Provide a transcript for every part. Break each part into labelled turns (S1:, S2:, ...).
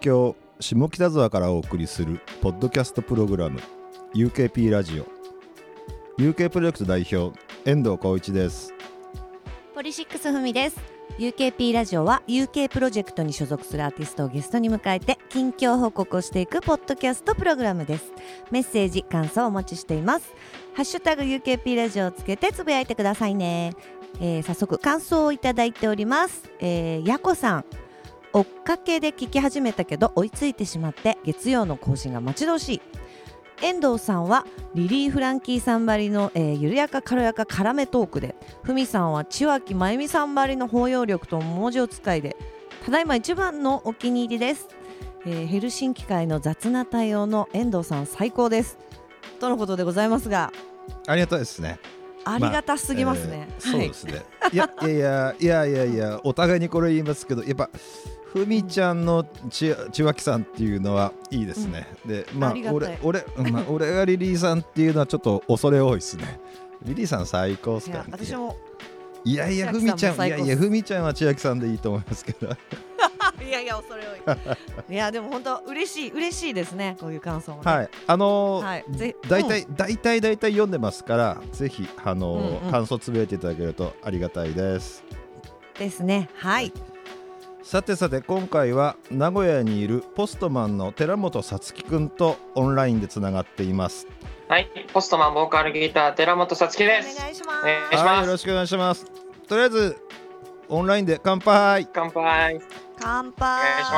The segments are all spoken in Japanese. S1: 京下北沢からお送りするポッドキャストプログラム UKP ラジオ UK プロジェクト代表遠藤浩一です
S2: ポリシックスふみです UKP ラジオは UK プロジェクトに所属するアーティストをゲストに迎えて近況報告をしていくポッドキャストプログラムですメッセージ感想をお待ちしていますハッシュタグ UKP ラジオをつけてつぶやいてくださいね、えー早速感想をいただいております、えー、やこさん追っかけで聞き始めたけど追いついてしまって月曜の更新が待ち遠しい遠藤さんはリリー・フランキーさんばりの、えー緩やか軽やか辛めトークでふみさんは千秋真由美さんばりの包容力と文字を使いでただいま一番のお気に入りです、えーヘルシンキ会の雑な対応の遠藤さん最高ですとのことでございますが
S1: ありがたいですね
S2: ありがたすぎますね、
S1: えーそうですね、い、やいやいやいやいやいやお互いにこれ言いますけどやっぱふみちゃんのち千秋さんっていうのはいいですね、でまあ
S2: ありがた
S1: 俺
S2: い
S1: 俺、まあ、俺がリリーさんっていうのはちょっと恐れ多いですねリリーさん最高っす
S2: はい、い
S1: から
S2: や
S1: ね
S2: 私も
S1: いやいや、ふ
S2: 千
S1: み
S2: 秋
S1: ち
S2: さ
S1: ゃ
S2: んも
S1: ん、いや
S2: 最高っす
S1: いや、ふみちゃんは千秋さんでいいと思いますけど。
S2: いやいや恐れ多い いやでも本当嬉しい嬉しいですねこういう感想もね、
S1: はい、あの
S2: はい
S1: ー
S2: ぜ、
S1: 大体、大体、大体読んでますから、ぜひ、あの
S2: うん
S1: ー、
S2: うん
S1: 感想つぶやいていただけるとありがたいです。
S2: ですねはい
S1: さてさて、今回は名古屋にいるポストマンの寺本さつきくんとオンラインでつながっています。
S3: はい、ポストマンボーカルギター寺本さつき
S2: お
S3: です。
S2: 願いします、
S3: お願いします
S1: はい、よろしくお願いします。とりあえず、オンラインで乾杯。
S3: 乾杯。
S2: 乾
S3: お
S2: 杯
S3: 願いし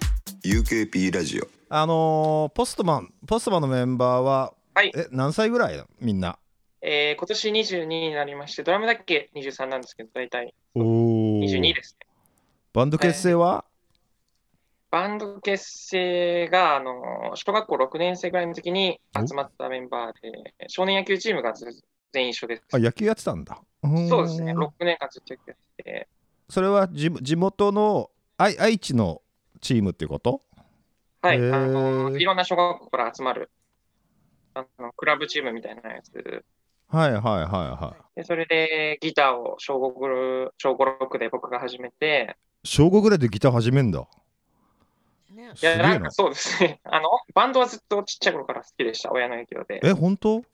S1: ま
S4: UKP ラジオ
S1: あのー、ポストマン、ポストマンのメンバーは、
S3: はい
S1: え、何歳ぐらいだ、みんな。
S3: えー、今年22になりまして、ドラムだっけ23なんですけど、大体
S1: お
S3: 22ですね。
S1: バンド結成は、
S3: バンド結成が、あのー小学校6年生ぐらいの時に集まったメンバーで、少年野球チームがず全員一緒です。
S1: あ野球やってたんだ。ん
S3: そうですね、6年間ずっとやってて、
S1: それは地地元の愛愛知のチームってこと
S3: はい、あ
S1: へー
S3: のーいろんな小学校から集まる、あの、クラブチームみたいなやつ。
S1: はいはいはいはい。
S3: で、それでギターを小5、小5、6で僕が始めて、
S1: 小5ぐらいでギター始めんだ。
S2: ね
S3: い
S1: すげ
S3: や、な
S1: え
S3: ん
S1: な
S3: か。そうですね。 あの、バンドはずっとちっちゃい頃から好きでした、親の影響で。
S1: え、本当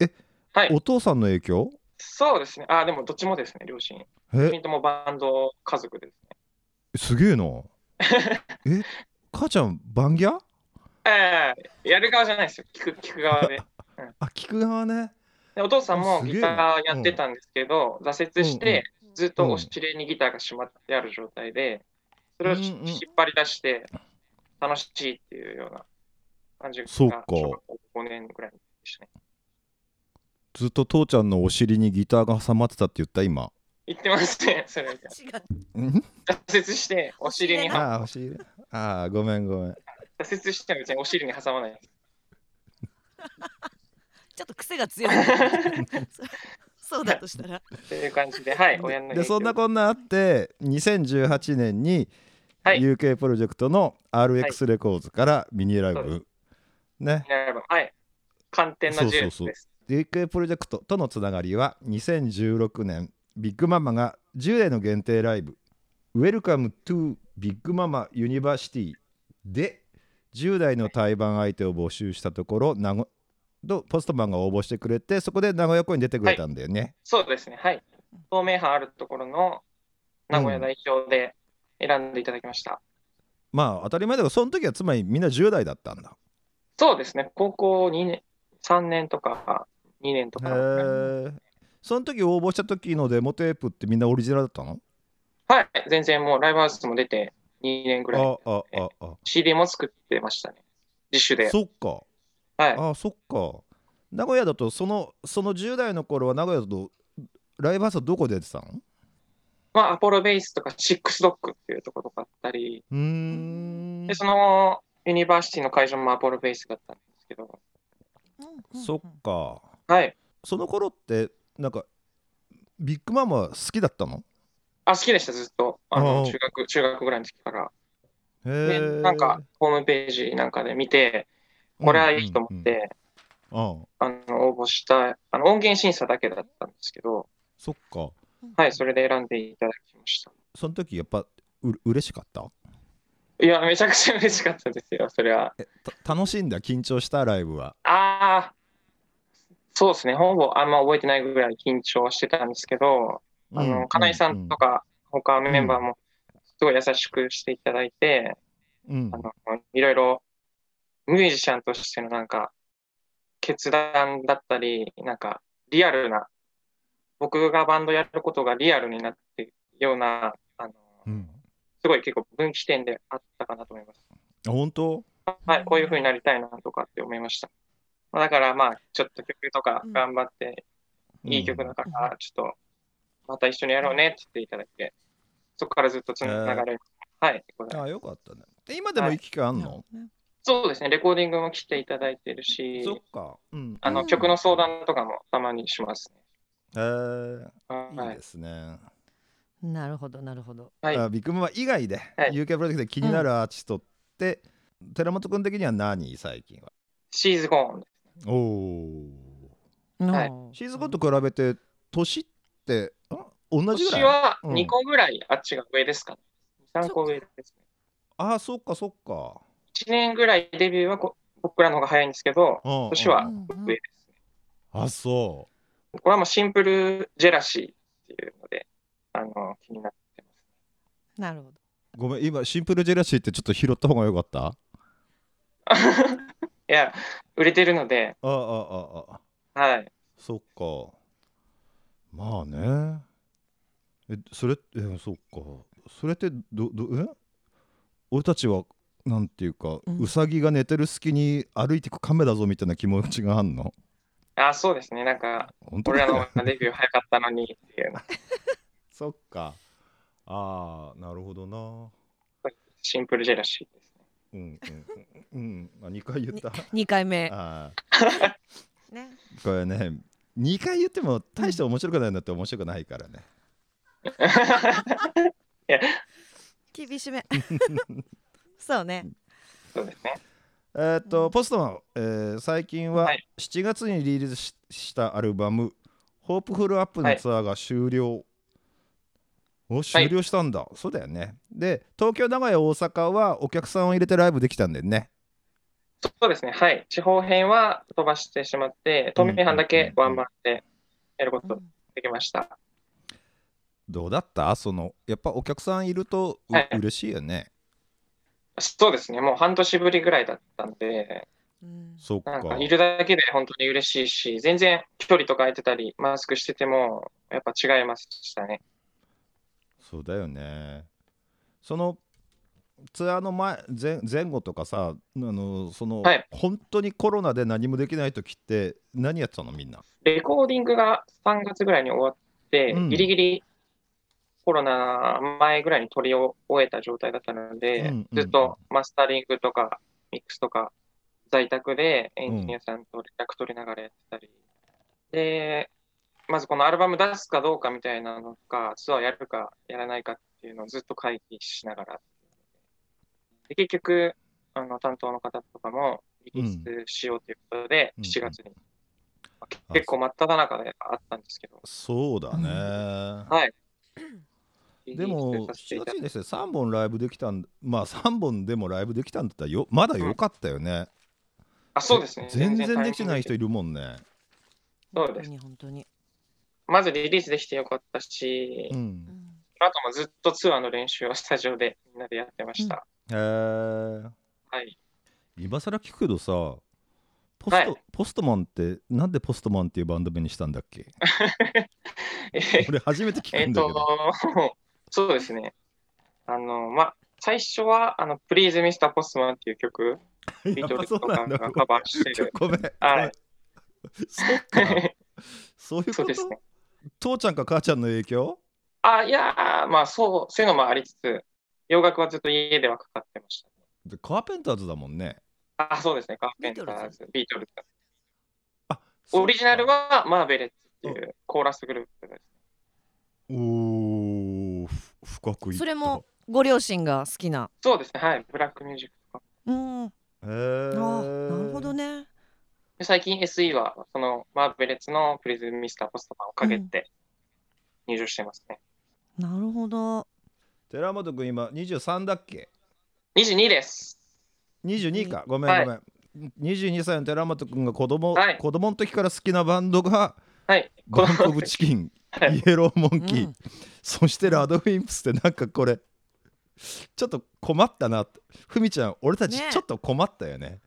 S1: え、
S3: はい
S1: お父さんの影響
S3: そうですね。あ、でもどっちもですね、両親。両
S1: え、
S3: 親ともバンド家族ですね。
S1: すげえな。 え、母ちゃん、バンギャ
S3: ええやる側じゃないですよ、聞く聞く側 で
S1: あ、聞く側ね。
S3: でお父さんも
S1: すげえ
S3: ギターやってたんですけど、挫折して、ずっとお尻にギターがしまってある状態で、それをし
S1: うんうん
S3: 引っ張り出して、楽しいっていうような感じが、
S1: そうか
S3: 小学校5年ぐらいでしたね。
S1: ずっと父ちゃんのお尻にギターが挟まってたって言った今。
S3: 言ってますね、それ。
S2: 違う
S3: 挫折して、お尻
S2: お尻
S3: に
S2: ね
S1: あー、お尻。あー、ごめんごめん。
S3: 挫折しても別にお尻に挟まないです。
S2: ちょっと癖が強い そうだとしたら
S3: という感じで、はい、親の
S1: で
S3: 影響
S1: そんなこんなあって2018年に
S3: はい
S1: UK プロジェクトの RX レコーズからミニライブ、
S3: そうで
S1: ね
S3: はい、寒天のジュー
S1: そ
S3: ス
S1: うそうそう
S3: です。
S1: UK プロジェクトとのつながりは2016年ビッグママが10代の限定ライブ「Welcome to ビッグママユニバーシティ」で10代の対バン相手を募集したところ名古とポストマンが応募してくれてそこで名古屋公演に出てくれたんだよね。
S3: そうですね、はい。透明派あるところの名古屋代表で選んでいただきました。
S1: まあ当たり前だけどその時はつまりみんな10代だったんだ。
S3: そうですね、高校2年、3年とか2年と
S1: へえ。
S3: か。
S1: その時応募した時のデモテープってみんなオリジナルだったの
S3: はい、全然もうライブハウスも出て2年ぐらい。
S1: ああああ
S3: CD も作ってましたね。自主
S1: あ
S3: で。
S1: そっか。
S3: はい。
S1: あそっか。名古屋だとそのその10代の頃は名古屋だとライブハウスはどこで出てたの
S3: まあ、アポロベースとか、シックスドッグっていうところとかあったり、
S1: うーん
S3: で、そのユニバーシティの会場もアポロベースだったんですけど、
S1: そっか。
S3: はい。
S1: その頃ってなんかビッグママは好きだったの
S3: あ、好きでした、ずっと。あ
S1: ああ
S3: の中学、中学ぐらいの時から。
S1: へ
S3: で、
S1: ー
S3: なんか、ホームページなんかで見て、これはいいと思っ。
S1: う
S3: て、
S1: んうんうんああ
S3: あの応募した、あの音源審査だけだったんですけど、
S1: そっか。
S3: はい、それで選んでいただきました。
S1: その時やっぱう嬉しかった
S3: いや、めちゃくちゃ嬉しかったですよ、それは。
S1: えた楽しんだ緊張したライブは
S3: ああ、そうですね、ほぼあんま覚えてないぐらい緊張してたんですけど、あの、金井さんと、か、他メンバーも、すごい優しくしていただいて、
S1: うんうん
S3: あの、いろいろ、ミュージシャンとしてのなんか、決断だったり、なんか、リアルな、僕がバンドやることがリアルになっているような、あの、
S1: うん
S3: すごい結構分岐点であったかなと思います。
S1: あ本当
S3: はい、こういう風になりたいなとかって思いました。まあだからまあ、ちょっと曲とか
S2: うん
S3: 頑張って、いい曲だから、ちょっと、また一緒にやろうねって言っていただいて、そこからずっとつながれ、はい、ござ
S1: あ
S3: いま
S1: あ
S3: す
S1: よかったねで今でも行き来あんの、
S3: そうですね、レコーディングも来ていただいてるし、
S1: そっかうん
S3: あ
S2: う
S3: の
S2: ん
S3: 曲の相談とかもたまにしますね。
S1: えー、い
S3: はいい
S1: で、すね、
S2: なるほどなるほど
S3: はい
S1: あビッグママ以外で、
S3: は
S1: UK
S3: い
S1: プロジェクトで気になるアーティストって、寺本君的には何最近は
S3: シーズゴーン。
S1: おお
S3: はい
S2: うん
S1: シーズンと比べて年ってん同じぐ
S3: 年
S1: らい
S3: は
S1: うん
S3: 2個ぐらいあっちが上ですかね。3個上ですね。
S1: ああそっかそっか
S3: 1年ぐらいデビューはこ僕らの方が早いんですけど、
S1: うん
S3: 年は
S2: うん
S3: 上です。
S1: あそ
S3: これはもうシンプルジェラシーっていうので、あの、気になってます。
S2: なるほど
S1: うごめん今シンプルジェラシーってちょっと拾った方がよかったあ
S3: いや、売れてるので、
S1: ああああ
S3: はい。
S1: そっかまあねえそれえそっかそれってどどえ俺たちはなんていうか、
S2: う
S1: うんさぎが寝てる隙に歩いてく亀だぞみたいな気持ちがあんの
S3: あ、そうですね。なんか、
S1: 本当
S3: 俺
S1: だ
S3: ら
S1: よ
S3: の方がデビュー早かったのにっていう、
S1: そっかああなるほどな
S3: シンプルジェラシーですね。
S1: うんうんうん、うん、あ2回言った
S2: 二回目
S1: あ
S2: ね
S1: ーこれね2回言っても大して面白くないんだって面白くないからね
S2: 厳しめそうね
S3: そうですね。
S1: えーっ
S2: う
S1: と
S2: ん
S1: ポストマン、えー最近は
S3: はい
S1: 7月にリリースししたアルバム「ホープフルアップ」のツアーが終了、お終了したんだ、そうだよねで東京名古屋大阪はお客さんを入れてライブできたんだよね
S3: そうですね。はい。地方編は飛ばしてしまって、東名阪だけワンマンでやることできました。
S1: どうだったそのやっぱお客さんいるとう、
S3: はい
S1: 嬉しいよね
S3: そうですね。もう半年ぶりぐらいだったんで、
S2: うん
S1: そっ
S3: なん
S1: か
S3: かいるだけで本当に嬉しいし、全然距離とか空いてたり、マスクしてても、やっぱ違いましたね。
S1: そうだよねそのツアーの前前前後とかさあのその、
S3: はい
S1: 本当にコロナで何もできない時って何やってたのみんな
S3: レコーディングが3月ぐらいに終わって、
S1: うん
S3: ギリギリコロナ前ぐらいに撮り終えた状態だったので、
S1: うんうんうん
S3: ずっとマスタリングとかミックスとか在宅でエンジニアさんと連絡取りながらやってたり、で、まずこのアルバム出すかどうかみたいなのか、ツアーやるかやらないかっていうのをずっと会議しながら。で結局、あの担当の方とかもリリースしようということで、
S1: うん
S3: 7月に
S1: あ
S3: 結構真っ只中であったんですけど、
S1: そうだね、
S3: はい。
S1: でも
S3: リリースさせてい
S1: 7
S3: ただ
S1: 月
S3: い
S1: にですね3本ライブできたんまあ3本でもライブできたんだったらよまだよかったよね、
S3: あ、そうですね。
S1: 全然できてない人
S3: タイミングで
S1: いるもんね
S3: そうです
S2: 本当に
S3: まずリリースできてよかったし、
S1: う
S2: 本当
S1: ん
S2: に
S3: その後もずっとツアーの練習をスタジオでみんなでやってました。
S1: へえ
S3: はい。
S1: 今更聞くけどさポスト、
S3: はい
S1: ポストマンってなんでポストマンっていうバンド名にしたんだっけ俺初めて聞
S3: え
S1: く
S3: っ
S1: んだけど、
S3: と、 そうですね。あの、ま、最初は、あの、Please Mr. Postman ってい う曲、ビートルズと
S1: そうな
S3: か
S1: んだ
S3: がカバーし てる。
S1: ごめん。
S3: はい
S1: そっ か。そういうこ
S3: そ
S1: と
S3: うですね。
S1: 父ちゃんか母ちゃんの影響
S3: あ、いやーまあ、そう、そういうのもありつつ、洋楽はずっと家ではかかってました。
S1: でカーペンターズだもんね。
S3: あ、そうですね。カーペンターズ、ビートルズ。
S1: あ
S3: オリジナル
S1: は
S3: はマーベレッツっていうコーラスグループです。
S1: おお、ふ深くいった
S2: それも。ご両親が好きな
S3: そうですね。はい。ブラックミュージックとか。
S2: うんあ
S1: へー
S2: ーなるほどね
S3: で最近 SE は、そのマーベレッツのプリズムミスターポストマンをかけて入場してますね。
S2: なるほど
S1: 寺本君今23だっけ
S3: 22です。
S1: 22かごめんご
S3: は
S1: め
S3: い
S1: ん、22歳の寺本君が子供、
S3: はい
S1: 子供の時から好きなバンドが
S3: はい。
S1: バンプ・オブ・チキン、
S3: はい
S1: イエロー・モンキー、
S2: うん
S1: そしてラドウィンプスってなんかこれちょっと困ったなってふみちゃん俺たち
S2: ね
S1: ちょっと困ったよね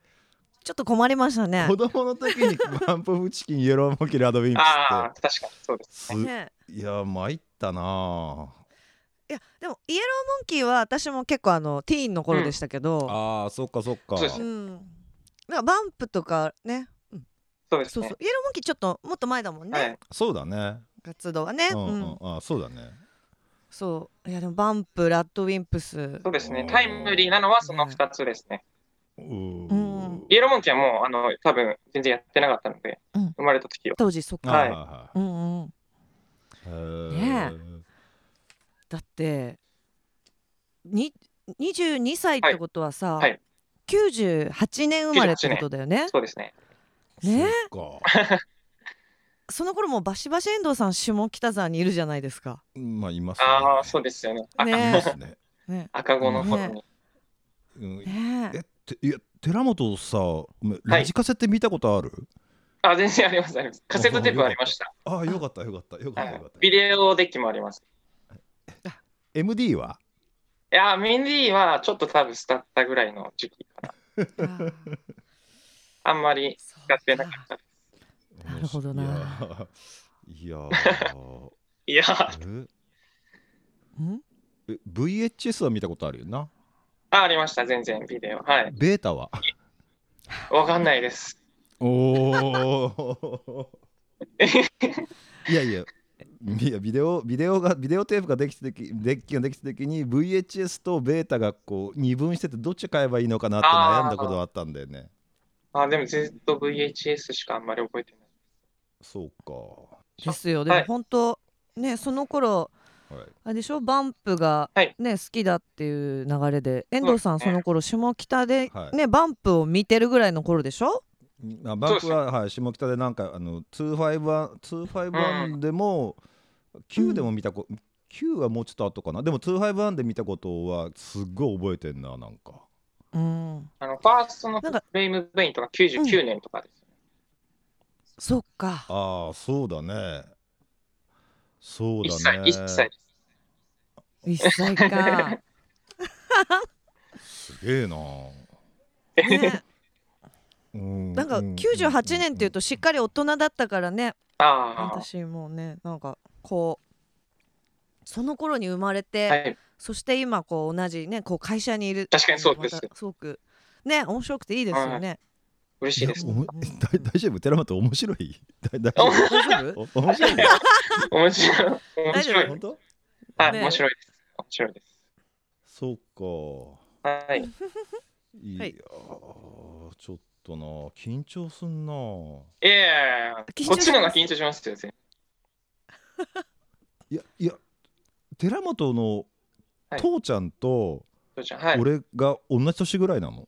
S2: ちょっと困りましたね
S1: 子。供の時にバンプ・オブ・チキンイエロー・モンキーラドウィンプ
S3: ああ、確かにそうです。
S1: スって
S2: ね
S1: すいや参ったなあ
S2: いやでもイエローモンキーは私も結構あのティーンの頃でしたけど、
S1: あーそっかそっか
S3: そうです
S2: うん、
S3: ね
S2: だからバンプとかね、うん
S3: そうです
S2: そう
S3: ね
S2: そう。イエローモンキーちょっともっと前だもんね、
S3: はい。
S1: そうだね
S2: 活動はね、
S1: う
S2: うん
S1: んうんあーそうだね
S2: そういやでもバンプラッドウィンプス
S3: そうですね。タイムリーなのはその2つですね。
S1: うー
S2: うん
S3: イエローモンキーはもう、あの、多分全然やってなかったので、
S2: うん
S3: 生まれた時は。
S2: 当時そっか、
S3: はい
S1: は
S2: うんうん、
S1: いはい
S2: ねだってに22歳ってことはさ、
S3: はいはい
S2: 98年生まれってことだよね
S3: そうですね。
S2: ね
S1: そっ
S2: その頃もうバシバシ遠藤さん下北沢にいるじゃないですか
S1: かまあいますね
S3: ああ、そうですよね。赤
S1: い
S2: ね
S1: ますね
S2: ね
S3: 赤子の頃に。
S1: うん
S2: ね
S1: えていや寺本さお前ラジカセって見たことある、
S3: あ、全然あります、あります。カセットテープあり ました。
S1: ああよかったよかったよか
S3: は
S1: ったよ
S3: い
S1: かった、
S3: ビデオデッキもあります。
S1: MD はい
S3: やー、ミンディーはちょっと多分伝ったぐらいの時期かな。
S2: あー
S3: あんまり
S2: そう
S3: 使ってなかった。
S2: なるほど
S1: いやーいやー
S3: いやー、
S2: うん
S1: ええ VHS は見たことあるよな
S3: あありました、全然ビデオ。はい。
S1: ベータは
S3: わかんないです。
S1: お おいやいやいやビデオビデオがビデオテープができた時デッキができた時に VHS とベータがこう二分しててどっち買えばいいのかなって悩んだことがあったんだよね
S3: あーでもずっと VHS しかあんまり覚えてない。
S1: そうか
S2: ですよでも
S3: はい
S2: 本当ねその頃
S1: はい
S2: あれでしょバンプが
S3: はい
S2: ね好きだっていう流れで遠藤さん
S3: そうです
S2: そ
S3: ね
S2: の頃下北で
S1: はい
S2: ねバンプを見てるぐらいの頃でしょ
S1: あバンクは、はい、下北でなんかあの251 251でも、9でも見たこ9はもうちょっと後かなでも251で見たことはすっごい覚えてんななんか
S2: うん
S3: あの、ファーストの
S2: な
S3: フ
S2: んか
S3: レームベインとか99年とかです、
S2: そっか
S1: ああそうだねそう
S3: 一
S1: だね
S3: 切、一切です。
S2: 1歳 か
S1: すげえな、
S2: ね
S1: うん
S2: なんか98年っていうとしっかり大人だったからね
S3: あ
S2: 私もうねなんかこうその頃に生まれ
S3: あ、
S2: て、
S3: はい。
S2: そして今こう同じねこう会社にいる
S3: 確かにそうです
S2: またすごくね面白くていいですよね、
S3: 嬉しいです。
S1: おも大大丈夫寺本面白い 大大丈
S3: お
S2: 大丈 夫
S1: 夫お面白い
S3: 面白い。面白
S2: 大丈
S3: い。
S1: 本当
S3: はい、
S2: ね
S3: 面白いです。面白いです。
S1: そうか
S3: はい。
S1: いや
S2: はい
S1: ーちょっとな緊張すんな
S3: ええ
S2: 緊張します
S3: こっちの方が緊張しますよ、全
S1: いやいや寺本の
S3: はい
S1: 父ちゃんと
S3: 然ちゃん。はい。
S1: 俺が同じ年ぐらいなの、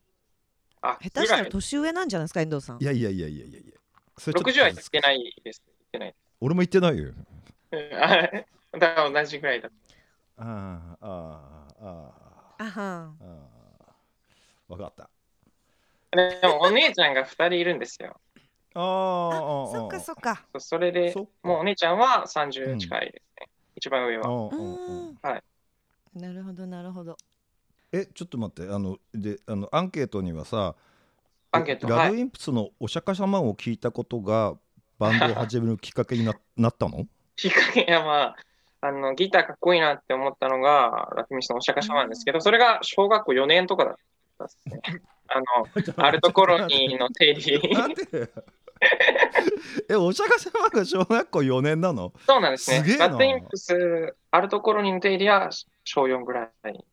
S3: あ、
S2: 下手した
S3: ぐ
S2: ら
S3: い
S2: 年上なんじゃないですか遠藤さん
S1: い、やいやいやいやいやいやそれちょっと
S3: 60は行ってないです。行ってない。
S1: 俺も言ってないよ
S3: うんはいだから同じぐらいだ。
S1: あーあーあー
S2: あはん
S1: あーわかった
S3: でもお姉ちゃんが2人いるんですよ。
S1: あーあーあ
S2: そっかそっか
S3: そそれで
S1: そっか
S3: もうお姉ちゃんは30近いですね。一番上は。
S1: う
S2: うん
S1: うんうん
S2: ん、
S3: はい
S2: なるほどなるほど
S1: えちょっと待ってあのであのアンケートにはさ
S3: アンケート。は
S1: ラド
S3: い。
S1: インプスのお釈迦様を聞いたことがバンドを始めるきっかけ にななったの
S3: きっかけは、まあ、あのギターかっこいいなって思ったのが、ラフミスのお釈迦様なんですけど、それが小学校4年とかだったですね。あの、 アルトコロニーの定理。
S1: なんで え、お釈迦様が小学校4年なの
S3: そうなんですね。
S1: すげえな
S3: ラッドインプス、アルトコロニーの定理は小4ぐらい。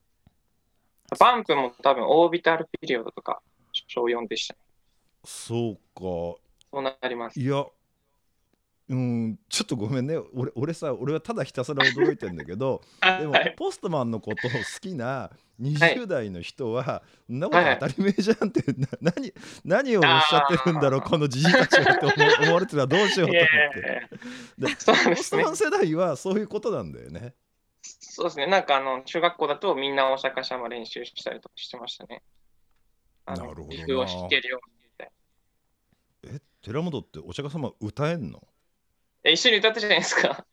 S3: バンプも多分オービタルピリオドとか小4でしたね。
S1: そう
S3: そうなります
S1: か、。いや、うん、ちょっとごめんね、俺俺さ、俺はただひたすら驚いてんだけど、
S3: は
S1: でも、
S3: い。
S1: ポストマンのことを好きな20代の人は、そんなこと当たり前じゃんって、な何何をおっしゃってるんだろう、
S3: あー
S1: このじじいたちはって思思われてたらどうしよう
S3: い
S1: と
S3: や
S1: 思
S3: い
S1: って。
S3: やい
S1: で
S3: やそうなん
S1: ポ
S3: で
S1: ス
S3: す
S1: ト
S3: ね
S1: マ。ン世代はそういうことなんだよね。
S3: そうですね、なんかあの中学校だとみんなお釈迦様練習したりとかしてましたね。あの
S1: なるほどな
S3: リフを弾けるようにみたい
S1: え寺本ってお釈迦様歌えんの
S3: な。え、一緒に歌ったじゃないです か。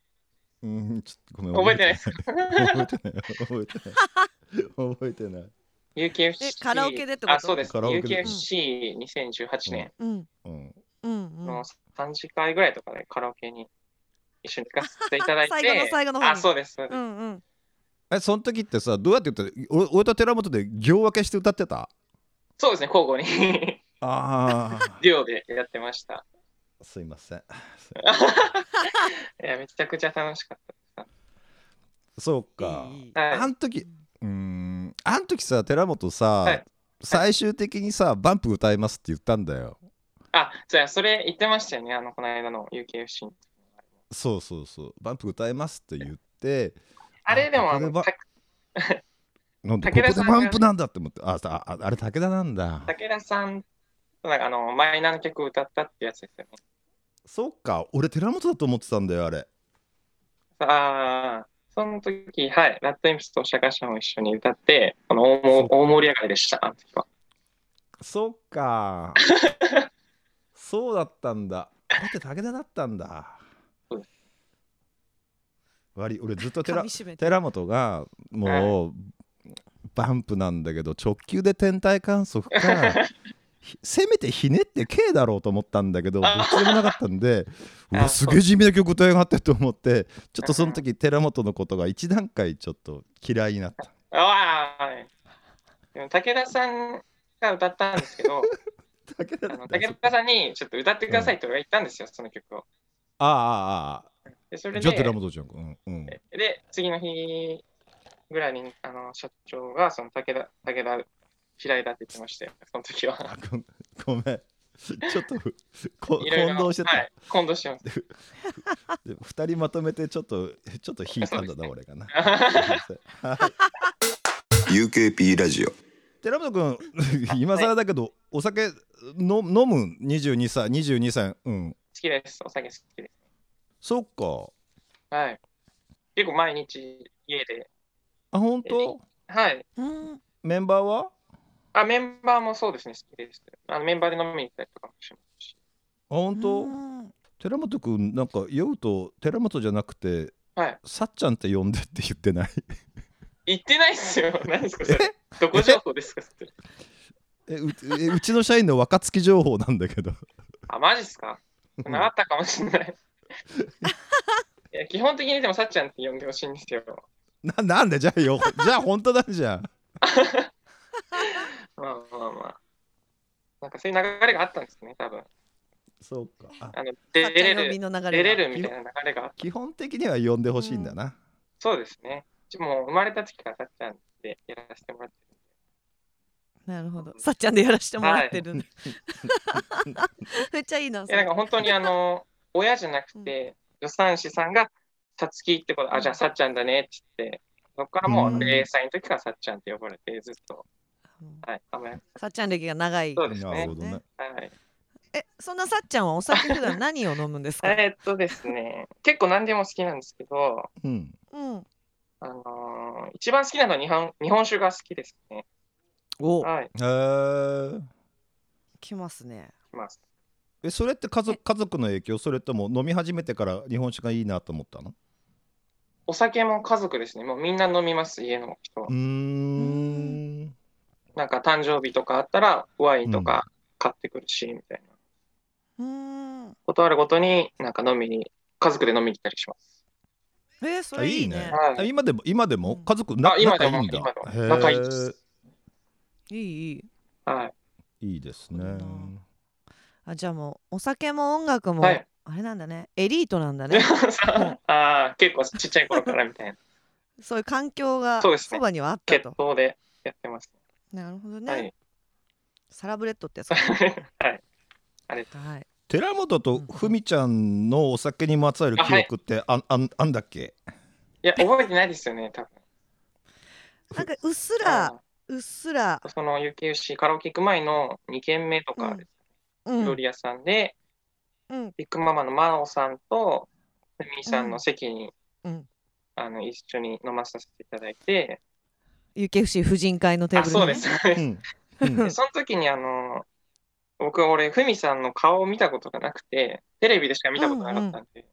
S1: うんちょっとごめん
S3: 覚えてないです
S1: 覚 えてない覚えてない覚えてない
S3: UKFC。
S2: えカラオケでってこと
S3: あ、そうです。
S1: カラオケで
S3: UKFC2018 年
S2: うん
S1: うん
S2: うんうん
S3: の3時間ぐらいとかでカラオケに一緒に行かせていただ いて。
S2: 最後の最後の方に
S3: あ、そうです。そう
S2: う
S3: です
S2: んうん
S1: えその時ってさどうやって歌って俺俺と寺本で行分けして歌ってた
S3: そうですね、交互に
S1: ああ
S3: デュオでやってました。
S1: すいません
S3: いや、めちゃくちゃ楽しかった。
S1: そうか
S2: いいいい
S3: はい
S1: あん時うーんあん時さ寺本さ、
S3: はい
S1: 最終的にさ「バンプ歌います」って言ったんだよ
S3: あ、そうや、それ言ってましたよね、あの、この間の UKFC
S1: そうそうそう「バンプ歌います」って言って
S3: あれでも、あの
S1: ここでば
S3: た
S1: なんでここ
S3: 武
S1: で
S3: 田さんが
S1: バンプなんだって思ってあさああれ武田なんだ
S3: 武田さんとなんかあのマイナーの曲を歌ったってやつですよね。
S1: そっか俺寺本だと思ってたんだよあれ
S3: ああ、その時、はい、ラッドインプスとシャカシャンを一緒に歌って、この大も大盛り上がりでした、あの時は。
S1: そっ かそうだったんだあれって武田だったんだ
S3: そうで
S1: 割り俺ずっと
S2: 噛
S1: 寺
S2: み締めて
S1: 寺本がもう、バンプなんだけど直球で天体観測 かひせめてひねって K だろうと思ったんだけどどっ
S3: あ
S1: ちでもなかったんでうわ
S3: あ
S1: す
S3: そう
S1: げえ地味な曲歌いやがってと思ってちょっとその時寺本のことが一段階ちょっと嫌いになった
S3: ああ、はい。でも武田さんが歌ったんです けど、
S1: 武田
S3: あ
S1: だ
S3: の
S1: ったよ
S3: 武田さんにちょっと歌ってくださいって俺が言ったんですよ、その曲を。
S1: あああ
S3: で、そ
S1: ああ
S3: れ
S1: じゃあ寺
S3: で、
S1: 本じゃんうん、うん、
S3: で、次の日ぐらいにあの社長がその武田、武田嫌いだって言ってましたよ、その時は。
S1: あごごめんちょっとふこ
S3: いろい ろ
S1: 混同してた、
S3: はい、混同してます。
S1: で2人まとめてちょっとちょっと引いたんだな俺がな
S4: UKP ラジオ
S1: 寺本君 今更だけど、お酒の飲む22歳22歳うん
S3: 好きです。お酒好きです。
S1: そっか
S3: はい。結構毎日家で。
S1: あ本当
S3: はい。
S2: うん
S1: メンバーは
S3: あ、メンバーもそうですね、好きです。あのメンバーで飲みに行ったりとかもしますし。
S1: あ本当
S2: うん
S1: 寺本君なんか酔うと寺本じゃなくて
S3: はい。
S1: さっちゃんって呼んでって言ってない
S3: 行ってないっすよ。 何ですか、それ。どこ情報ですか、それ。
S1: えうえうちの社員の若月情報なんだけど
S3: あ、マジっすかなかったかもしれない。 いや基本的にでもさっちゃんって呼んでほしいんですよ。
S1: ななんでじゃあよじゃあ本当だじ ゃん
S3: まあまあまあ。なんかそういう流れがあったんですね、多分。
S1: そうかあ
S3: あの
S2: さ
S3: 出
S2: っちゃ
S3: れ
S2: ん呼び
S3: る、
S2: の流れが
S3: 出れるみたいな流れがあった。
S1: 基本的には呼んでほしいんだな、
S3: そうですね。うちもう生まれた時からさっちゃんでやらせてもらってる。
S2: なるほどさっちゃんでやらしてもらってるんだ めっちゃいいない
S3: やなんか本当にあの 親じゃなくて助産師さんが「さつき」ってことあじゃあさっちゃんだねって言ってそこからも
S1: うん
S3: う0歳の時からさっちゃんって呼ばれてずっとはいあんまり
S2: さっちゃん歴が長い
S3: そうですね
S1: なるほどね
S2: ね
S3: はい
S2: えそんなさっちゃんはお酒普段何を飲むんですか、
S3: えーっとですね結構何でも好きなんですけど
S1: うん
S2: うん
S3: あのー一番好きなのは日本日本酒が好きですね
S2: お
S3: はい
S1: へー
S2: 来ますね
S3: います
S1: えそれって家族家族の影響それとも飲み始めてから日本酒がいいなと思ったの
S3: お酒も家族ですねもうみんな飲みます家の人は
S1: うーん
S3: なんか誕生日とかあったらワインとか買ってくるしみたいな
S2: うーん
S3: ことあるごとになんか飲みに家族で飲みに行ったりします
S2: えー、そ
S1: あ
S2: れい
S1: い
S2: い
S1: い
S2: ね
S1: ね、
S3: はい
S1: あ今でも今でも
S2: うん
S1: 家族な、
S3: あ今
S1: 仲い
S3: で
S1: い
S3: も
S1: んだ
S3: 今でも仲いい
S1: へ
S3: で
S1: ー
S3: す
S2: いいいい
S3: はい。
S1: いいですね
S2: いいなあじゃあもうお酒も音楽も、
S3: はい
S2: あれなんだねエリートなんだ
S3: で
S2: ね
S3: もさあー結構ちっちゃい頃からみたいな。
S2: そういう環境が
S3: そうです
S2: そ
S3: ね
S2: ばにはあった
S3: 決
S2: と、
S3: 闘でやってます。
S2: なるほどね、
S3: はい。
S2: サラブレッドってやつか
S3: はい。
S2: はい
S1: 寺本とふみちゃんのお酒にまつわる記憶ってあ,、あんあんだっけ
S3: いや、覚えてないですよね、多分。
S2: なんかうっすら
S3: あ
S2: うっすら
S3: ーその、ゆきうしカラオケ行く前の2軒目とかです、
S2: う
S3: 料
S2: ん
S3: 理屋さん
S2: うん
S3: で、ビッグママのマオさんと、ふみさんの席に
S2: うん
S3: あの一緒に飲まさせていただいて、
S2: UKFC 婦人会のテー
S3: あ
S2: ブル
S3: そう
S2: にね
S3: です、そうです
S1: うんうん
S3: でその時にあの、僕は俺、ふみさんの顔を見たことがなくて、テレビでしか見たことなかったんで、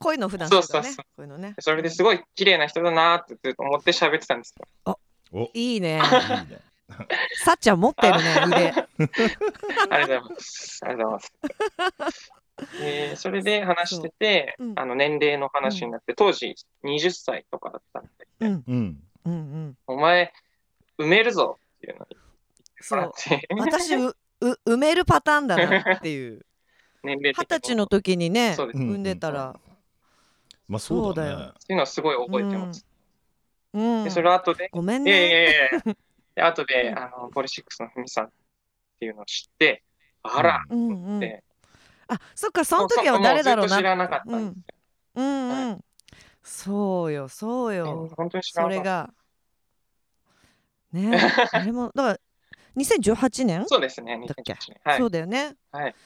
S2: こういうの普段するからね
S3: そうそうそう
S2: こういうのね
S3: それですごい綺麗な人だなってずっと思って喋ってたんですよ。
S1: おい
S2: いい ね
S1: いね
S2: さっちゃん持ってるね腕
S3: ありがとうございます。ありがとうござ います。でそれで話してて、
S2: そううん
S3: あの年齢の話になって、当時20歳とかだったんで、
S2: うん
S1: うん
S2: うんうん
S3: お前、埋めるぞっていうのに
S2: そ
S3: 言っ
S2: う
S3: てもらって、
S2: 私うう埋めるパターンだなっていう
S3: 年齢的
S2: 二
S3: に
S2: 十歳の時にね
S3: そうです。っ
S1: うん
S2: 産んでたら
S1: まあそうだ
S2: そうだ
S1: ね
S2: よ
S3: ていうのはすごい覚えてます。
S2: うん
S3: でそれは後で、
S2: ごめん
S3: いやい
S2: ね
S3: やいやい やで後で、あの、ポリシックスのふみさんっていうのを知って、あら、
S2: う
S3: っ
S2: ん
S3: て
S2: うんあそっかその時は
S3: もう
S2: 誰だろう
S3: ずっと知ら
S2: な
S3: なかったんです
S2: うんうんそうよそう
S3: よ、
S2: よ
S3: 本当に知ら
S2: そ
S3: なか
S2: れ
S3: った。
S2: が ねあれもだから2018年
S3: そうですね、
S2: だっけ
S3: 2018年はい
S2: そうだよね。
S3: はい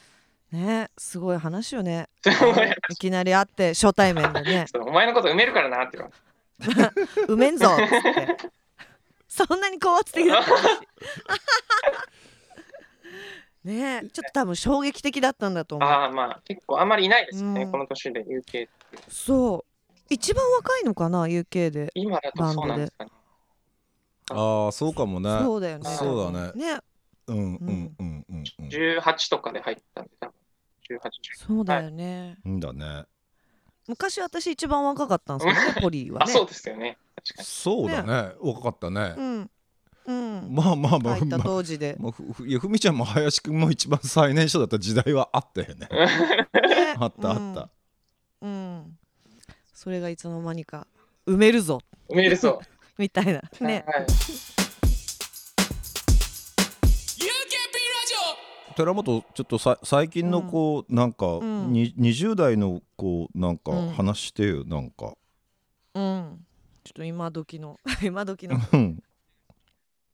S2: ねすごい話よね。
S3: すごい話、
S2: いきなり会って初対面でね
S3: そうお前のこと埋めるからなって言われて
S2: うめんぞっつって。そんなに高圧的 だった私ねちょっと多分衝撃的だったんだと思う。
S3: ああ、まあ、結構あんまりいないですよね、
S2: うん
S3: この年で UK。
S2: そう。一番若いのかな UK で。
S3: 今だとそうなんですかね。
S1: ああそうかもね
S2: そうだよね。
S1: そうだね
S2: ね
S1: うんうんうんうんう
S3: 18とかで入ったんで、多分18、
S2: そうだよね。
S1: んうんだね
S2: 昔私一番若かったんですよね、ポリー
S3: 19。
S2: は
S3: あ、
S2: ね。
S3: そうですよね。確かに。
S1: そうだね若かったね
S2: うん。うん。
S1: まあまあまあ
S2: 入った
S1: まあ
S2: 当 時で。
S1: まあふふいやふみちゃんも林くんも一番最年少だった時代はあったよ ね
S2: ね
S1: あったあった
S2: うん、それがいつの間にか埋めるぞ
S3: 埋めるぞ。
S2: みたいなね
S3: はい
S1: 寺本ちょっとさ最近のこうなんか
S2: ん
S1: に20代のこうなんか
S2: うん
S1: 話してよなんか
S2: うんちょっと今時の 今時の
S1: うん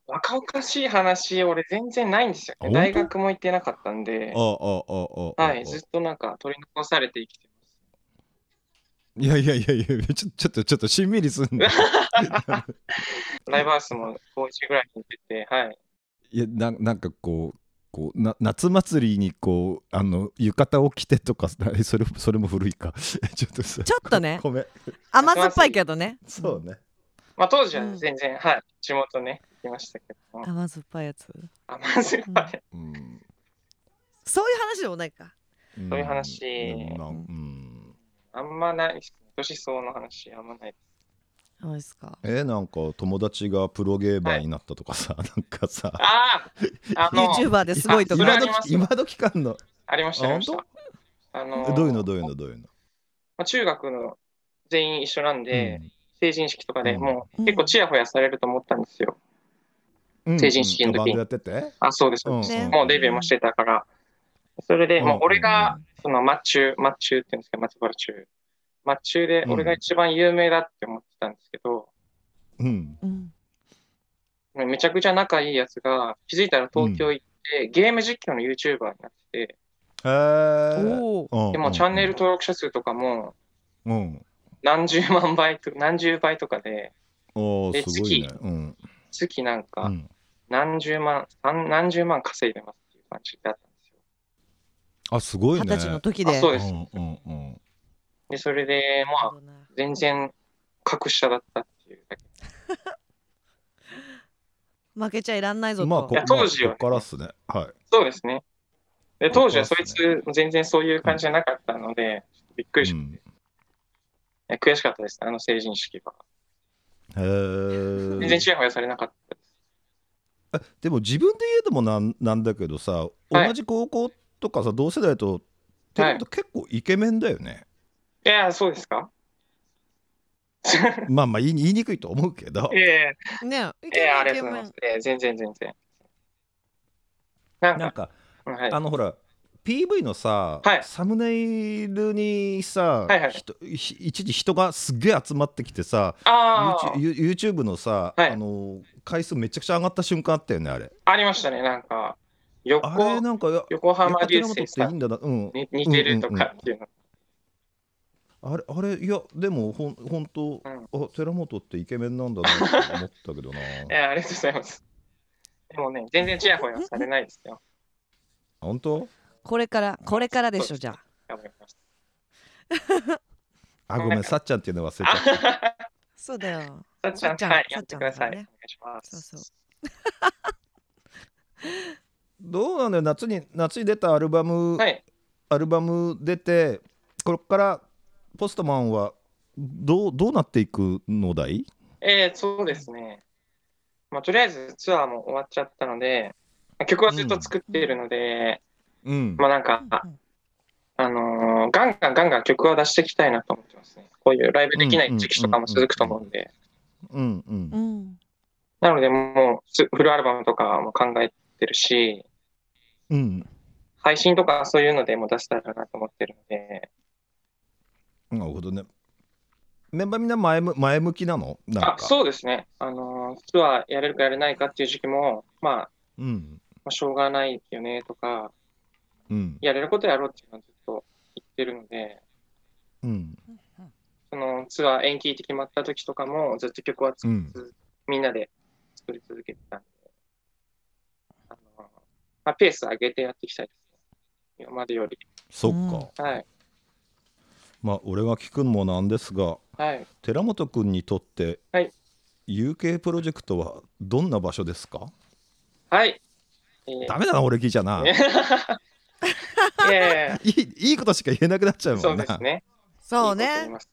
S3: 若々しい話、俺全然ないんですよ
S1: あ本
S3: ね。
S1: 当
S3: 大学も行ってなかったんで
S1: あ、ああああああ
S3: はい、ずっとなんか取り残されて生きてます。
S1: いやいやいやいやちょちょっとちょっとしんみりすん ね
S3: ライブハウスも5時ぐらいに行ってて、はい。
S1: いやななんかこうこうな夏祭りにこうあの浴衣を着てとか えそれそれも古いか ちょっとさ
S2: ちょっとね
S1: ごめん
S2: 甘酸っぱいけどね
S1: そうね
S3: まあ当時は全然、はい、地元ね、行きましたけども。
S2: 甘酸っぱいやつ
S3: あ、まず
S2: うん
S3: はい。
S1: うん
S2: そういう話でもないか
S1: そ
S3: そういう話
S1: うん
S3: あんまないですね。年相応の話、あんまないです。
S2: そうですか
S1: えなんか友達がプロゲーバーになったとかさ、 なんかさ
S3: あああの、
S2: YouTuber ですごいと
S3: いや
S1: 今
S2: か
S3: それはありま
S1: 時
S3: す
S1: 今時間の
S3: ありました、ありまし
S1: あ
S3: た。あの
S1: どういうのどういうのどういうの
S3: まあ、中学の全員一緒なんで、成人式とかで
S1: うん
S3: も
S2: うん
S3: う結構ちやほやされると思ったんですよ。
S1: うん
S3: 成人式の時
S1: バンドやってて
S3: あ、そうです、そうです
S2: ね
S3: もうデビューもしてたから。それで、もう俺が、、その、マッチュー、マッチューって言うんですけど、松原中。マッチューで俺が一番有名だって思ってたんですけど、
S1: うんうん
S2: うん
S3: めちゃくちゃ仲いいやつが、気づいたら東京行って、ゲーム実況の YouTuber になってて、
S1: へー
S2: おお
S1: うん
S3: でもチャンネル登録者数とかも、
S1: うん
S3: 何十万倍と、何十倍とかで、
S1: おー
S3: です
S1: ごいねうん
S3: 月なん
S1: う
S3: か
S1: ん
S3: 何十万、三何十万稼いでますっていう感じだったんですよ。
S1: あすごい
S2: 二
S1: ね
S2: 十歳の時
S3: あ
S2: で
S3: そうです
S1: うんうんうん
S3: で、それで、まあ、全然格下だったっていうだけ。
S2: 負けちゃいらんないぞと、
S1: まあこ
S3: い
S1: ま
S3: や
S1: あ
S3: 当時は
S1: こっからっすねはい
S3: そうですね。で、当時はそい
S1: そ
S3: つ、全然そういう感じじゃなかったので、びっくりし
S1: う
S3: て、
S1: ん
S3: え悔しかったです、あの成人式は。
S1: へー
S3: 全然ちやほやされなかったです。
S1: でも自分で言うのもなんなんだけどさ
S3: はい
S1: 同じ高校とかさ同世代とってことは結構イケメンだよね、
S3: いや、そうですか
S1: まあまあ言い言いにくいと思うけど
S3: い、やい
S2: ねイ
S3: や、い
S2: ケ
S3: やあ
S2: メ
S3: り
S2: ンイケ
S3: がとうござ
S2: メ
S3: いま
S2: ン
S3: す。いや全然全然。なん
S1: なん
S3: か、
S1: か
S3: はい
S1: あ。のほら PV のさ、
S3: はい
S1: サムネイルにさ、
S3: はいはい
S1: 人ひ一時人がすっげえ集まってきてさ
S3: ああ
S1: YouTube, You- YouTube のさ、
S3: はい
S1: あの回数めちゃくちゃ上がった瞬間あったよねあれ
S3: ありましたね、なんか、
S1: あれ
S3: 横
S1: なんかや
S3: 横
S1: やっ
S3: 浜
S1: ぱ
S3: 流
S1: 寺本っ
S3: 星
S1: てい
S3: さ
S1: い
S3: ん
S1: んだなうん
S3: に似てるとかっていうの。
S1: あれあれいやでもほん本当、あ寺本ってイケメンなんだなって思ったけどな
S3: えーありがとうございます。でもね、全然ちやほやされないですよ。
S1: 本当
S2: これからこれからでしょじゃあ
S3: 頑張ります。
S1: あごめ
S3: なん
S1: ん
S3: か
S1: さっちゃんっていうの忘れちゃ
S3: あ
S1: った
S2: そうだよ
S3: さっちゃ
S2: さっ
S3: ん、
S2: ちゃん
S3: はい、や
S2: さっ
S3: っ
S2: ち
S3: て
S2: ゃん
S3: ください。お
S2: から
S3: 願い
S2: ね
S3: しま
S2: そうそ
S3: す。
S2: う
S1: どうなんだよ夏に夏に出たアルバム、
S3: はい。
S1: アルバム出てこれからポストマンはどうどうなっていくのだい
S3: えー、そうですね。まあ、とりあえずツアーも終わっちゃったので、まあ曲はずっと作っているので、
S1: うん
S3: まあなんか、あのーガンガンガンガン曲は出していきたいなと思ってますね。こういうライブできない時期とかも続くと思うんで。
S1: うんうん
S2: う、ん
S3: なので、もうつフルアルバムとかも考えてるし、
S1: うん
S3: 配信とかそういうのでも出せたらなと思ってるので、
S1: なるほどねメンバーみんな前む前向きなのなん
S3: あ
S1: か
S3: そうですね、あのーツアーやれるかやれないかっていう時期も、まあ、
S1: う、ん
S3: まあしょうがないよねとか、
S1: うん
S3: やれることやろうっていうのはずっと言ってるので、
S1: うん、
S3: そのツアー延期って決まった時とかも、ずっと曲は作りつみんなで作り続けてたんで、あのーまあ、ペース上げてやっていきたいですね、今までより。
S1: そっか、
S2: うん
S3: はい、
S1: まあ俺が聞くのもなんですが
S3: はい、
S1: 寺本君にとって、
S3: はい
S1: UK プロジェクトはどんな場所ですか
S3: はい。えー
S1: ダメだな俺聞いちゃな
S3: いやいやいや
S1: いいいいことしか言えなくなっちゃう
S3: そ
S1: も
S3: うん
S1: な
S3: ですね。
S2: そう
S3: いいこと言い
S2: ね
S3: ます。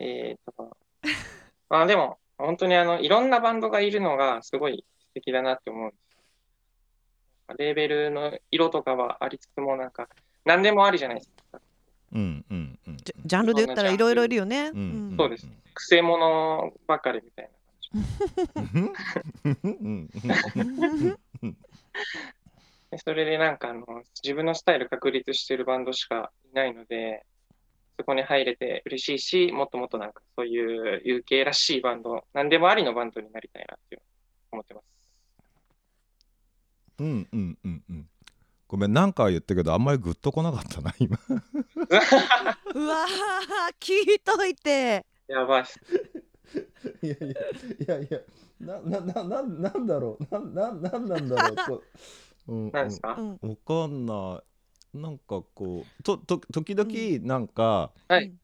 S3: えー、と、 まあでも、本当にあの、いろんなバンドがいるのがすごい素敵だなって思うんです。レーベルの色とかはありつつも、なんか、何でもありじゃないですか。
S1: うんうんうん
S2: ジャジャンルで言ったらいろいろいるよね
S1: うんうん
S3: そうですくせ者ばっかりみたいな感
S1: う
S3: じ
S1: んうん
S2: うん
S3: で。それでなんかあの、自分のスタイル確立してるバンドしかいないので、そこに入れて嬉しいし、もっともっとなんかそういう UK らしいバンド、何でもありのバンドになりたいなって思ってます。
S1: うんうんうんうんごめん何回言ったけどあんまりグッとこなかったな今
S2: うわー聞いといて
S3: やばいっす。
S1: いやいやいやいやなななななんだろうなななんなんだろうこう、うん
S3: 何ですか、
S2: うん
S1: わかんないなんかこうとと時々なんか、
S3: はい
S2: うん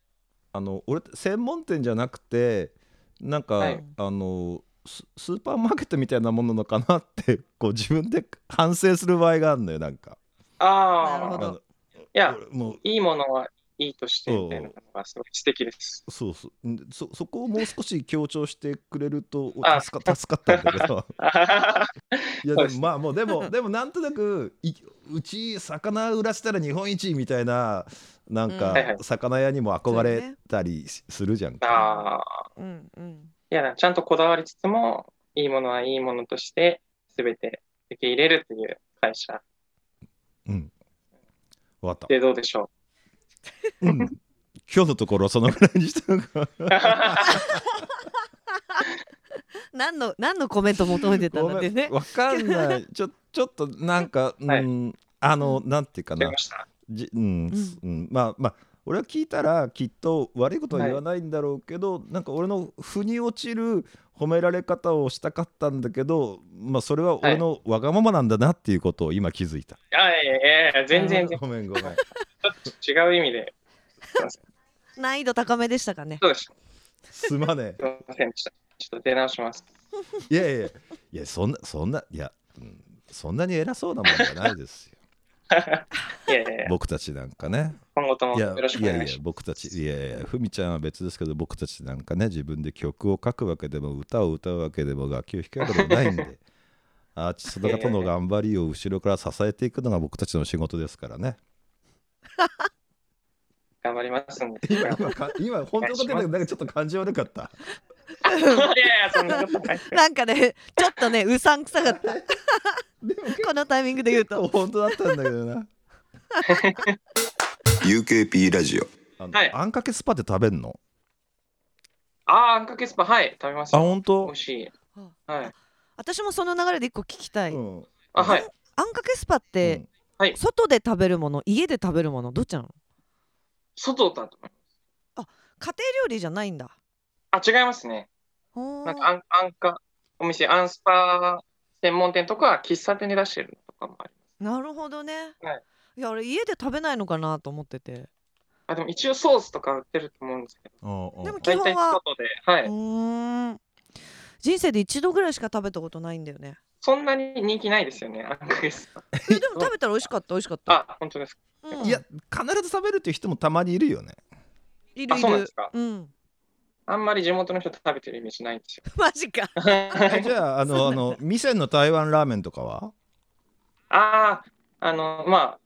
S1: あの俺専門店じゃなくてなんか、
S3: はい
S1: あのススーパーマーケットみたいなものなのかなってこう自分で反省する場合があるんだよなんか。
S3: ああ、
S2: なるほど
S1: あの
S3: いや、
S1: 俺もう
S3: いいものはいいとしてみたいなのがすごい素敵です。
S1: そうそうんそそこをもう少し強調してくれるとお
S3: あ
S1: 助か助かったんだ けど
S3: あははい
S1: や
S3: そ
S1: で
S3: うで
S1: も
S3: す
S1: まあもうでもでもなんとなくいうち魚売らせたら日本一みたいななん
S2: うん
S1: か
S2: はい
S3: はい
S1: 魚屋にも憧
S2: そうだ
S1: れ
S2: ね
S1: たりしするじゃん
S3: は
S1: か。
S3: ああ
S2: うんうん
S3: いや、ちゃんとこだわりつつも、いいものはいいものとして、すべて受け入れるという会社
S1: うん、わかった、
S3: でどうでしょ
S1: うん。今日のところそのぐらいにしたの か。
S3: う。は
S2: 何の何のコメント求めてた
S1: ご
S2: の
S1: め
S2: で
S1: ん
S2: ね
S1: わかんない。ちょちょっとなんか、うん
S3: はい
S1: あのなんていうか
S3: い
S1: な
S3: ま。した。
S1: じうん、
S2: うん
S1: うんまあまあ俺は聞いたらきっと悪いことは言わないんだろうけど、なんか俺の腑に落ちる褒められ方をしたかったんだけどまあそれは俺のわがままなんだなっていうことを今気づいた、
S3: あいやいやいや、全然全
S1: ごめんごめん
S3: 然違う意味で、すいません。
S2: 難易度高めでしたかね
S3: そうでした。
S1: すまね
S3: すいませんでした。ちょっと出直します。
S1: えいやいやいやそんなそんないや、うん、そんなに偉そうなもんじゃないですよ
S3: いやいやいや、
S1: 僕たちなんかね
S3: 今後とも
S1: いや
S3: よろしく
S1: い
S3: お願
S1: や
S3: い
S1: いや
S3: し
S1: 僕たちいやいやふみちゃんは別ですけど僕たちなんかね自分で曲を書くわけでも歌を歌うわけでも楽器を弾くわけでもないん でアーティストの方の頑張りを後ろから支えていくのが僕たちの仕事ですからね
S3: ます。頑張りますんで。 いやい
S1: 今か今本当のことだけど なんかちょっと感じ悪かった
S3: や、そんなことない。
S2: なんかねちょっとねうさんくさかった
S1: でも結
S2: このタイミングで言う
S1: 構
S2: と
S1: 本当だったんだけどな
S4: UKP ラジオ
S1: あの、
S3: はい
S1: あんかけスパって食べんの
S3: ああ、あんかけスパ、はい、食べます
S1: あ
S3: よ。
S1: 本
S3: 美
S1: 当
S3: 味しい。はい。
S2: 私もその流れで一個聞きたい、
S1: うんうん
S3: あ、はい。
S2: あんかけスパって、
S3: はい
S2: 外で食べるもの家で食べるものどっちなの
S3: 外だと思います。
S2: 家庭料理じゃないんだ。
S3: あ、違いますね。
S2: ほー
S3: なんか、あん、あんか、お店、アンスパ専門店とか、喫茶店で出してるのとかもあります。
S2: なるほどね。
S3: はい
S2: いや、あれ家で食べないのかなと思ってて。
S3: あ、でも一応ソースとか売ってると思うんですけど、
S1: うんうん
S2: でも基
S3: 大
S2: 本
S3: 体
S2: は。
S3: 外で、は
S2: う
S3: い。
S2: ーん。人生で一度ぐらいしか食べたことないんだよね。
S3: そんなに人気ないですよね、あんかけスパ。
S2: え、 でも食べたら美味しかった、美味しかった。
S3: あ、本当ですか。
S2: うん
S1: いや、必ず食べるっていう人もたまにいるよね。
S2: いる
S3: あ
S2: い
S3: そうなんで
S2: る
S3: すか。
S2: うん。
S3: あんまり地元の人と食べてるイメージないんですよ。
S2: マジか。
S1: えじゃああのあの店の台湾ラーメンとかは
S3: ああ、あの、まあ、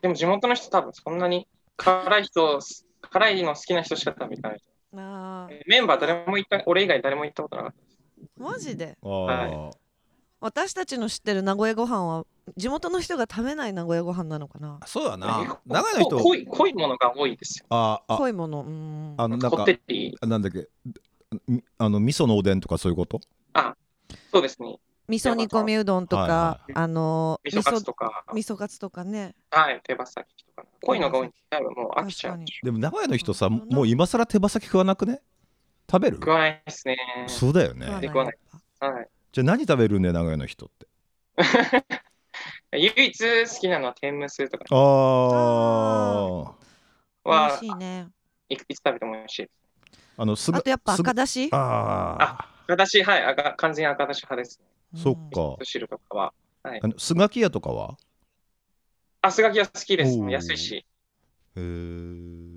S3: でも地元の人多分そんなに辛い人、辛いの好きな人しか食べてない。
S2: あー
S3: メンバー誰も行った、俺以外誰も行ったことなかっ
S2: マジで。
S1: あー、
S3: は
S2: 私たちの知ってる名古屋ご飯は地元の人が食べない名古屋ご飯なのかな。
S1: そうだな
S3: た。
S1: 長野の
S3: こ濃
S1: 人
S3: い、濃いものが多いですよ。
S1: ああ
S2: 濃いもの。うーん。
S1: あのなん
S3: こ
S1: か
S3: ってり。
S1: なんだっけみあの味噌のおでんとかそういうこと
S3: そうですね。
S2: 味噌煮込みうどんと
S1: はい
S2: か
S1: は、
S2: あの
S3: 味噌カツとか、
S2: 味噌カツとかね。
S3: はい、手羽先とか。濃いのが多いんで、多分もう飽きちゃう
S2: 確かに
S3: んでしょ
S1: でも長野の人さ
S2: そうだな
S1: もう今更手羽先食わなくね食べる
S3: う。食わないですね。
S1: そうだよね、
S2: 食
S3: で
S2: わない
S3: はい。
S1: じゃあ何食べるんだよ長屋の人って
S3: 唯一好きなのは天むすとか
S1: ああ
S2: 美
S3: は
S2: 味しいね。
S3: いくいつ食べても美味しいです。
S1: あのすぐ
S2: あとやっぱ
S1: すぐ
S2: 赤だし。
S1: ああ
S3: 私、はい、赤完全に赤だし派ですね。
S1: そっ
S2: うん。
S1: か
S3: 味噌汁とかは。
S1: あのスガキ屋とかは
S3: あすがきは好きです
S1: おー
S3: ね。安いし。
S1: へ
S3: で
S1: え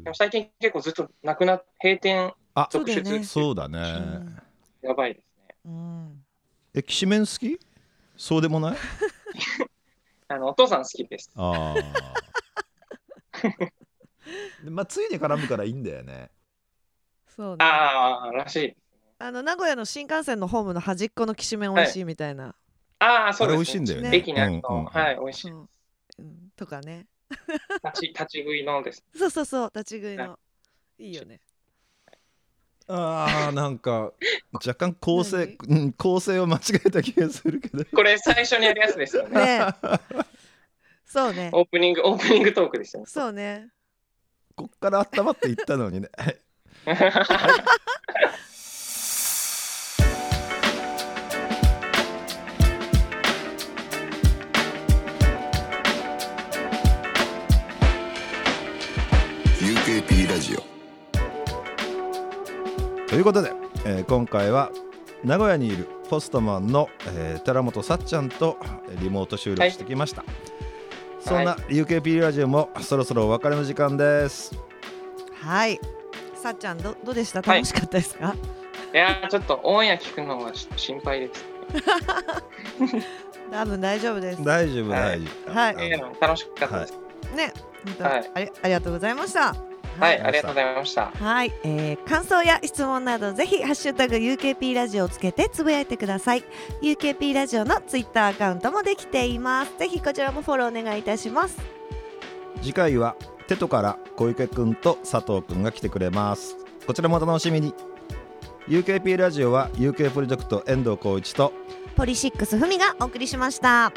S3: も最近結構ずっとなくなっ、閉店
S1: あ
S3: 続出
S2: そうだよね
S1: そうだ
S2: う
S1: ね
S2: ん
S3: やばいですね。
S2: うん。
S1: えきしめん好きそうでもない
S3: あの、お父さん好きです。
S1: ああまあついに絡むからいいんだよね
S2: そうね。
S3: ああ、らしい。
S2: あの名古屋の新幹線のホームの端っこのきしめん美味しいみたいな。
S3: ああ、
S1: あ
S3: そう
S1: れ
S3: です、ね。
S1: 美味しいんだよね
S2: ね
S3: 駅にあるの、
S1: うんうんうん
S3: はい、美味し
S2: そ
S3: い。
S2: う。うんとかね。
S3: 立ち立ち食いのです。
S2: そうそうそう、立ち食いの。いいよね。
S1: あーなんか若干構成、うん、構成を間違えた気がするけど
S3: これ最初にやるやつですよ ね。
S2: ねえそうね。
S3: オープニング、オープニングトークで すよね。
S2: そうね。
S1: こっから温まっていったのにね
S4: UKP ラジオ
S1: ということで、えー今回は名古屋にいるポストマンの、えー寺本さっちゃんとえーリモート収録してきました、そんな
S3: は
S1: UKP ラジオもそろそろお別れの時間です
S2: はい。さっちゃんどどうでした
S3: はい
S2: 楽しかったですか、
S3: いやー、ちょっとオンエア聞くのはちょっと心配です。
S2: 多分大丈夫です。
S1: 大丈夫
S3: はい
S1: 大丈夫
S2: はい
S1: あ
S3: え
S1: の
S3: ー楽しかったです。
S2: ね、本当、
S3: はい
S2: ありありがとうございました。
S3: は
S1: は
S3: い、
S1: い
S3: ありがとうございました。
S2: はい、えー感想や質問などぜひハッシュタグ UKP ラジオをつけてつぶやいてください UKP ラジオのツイッターアカウントもできていますぜひこちらもフォローお願いいたします
S1: 次回はテトから小池くんと佐藤くんが来てくれますこちらもお楽しみに UKP ラジオは UK プロジェクト遠藤浩一と
S2: ポリシックスふみがお送りしました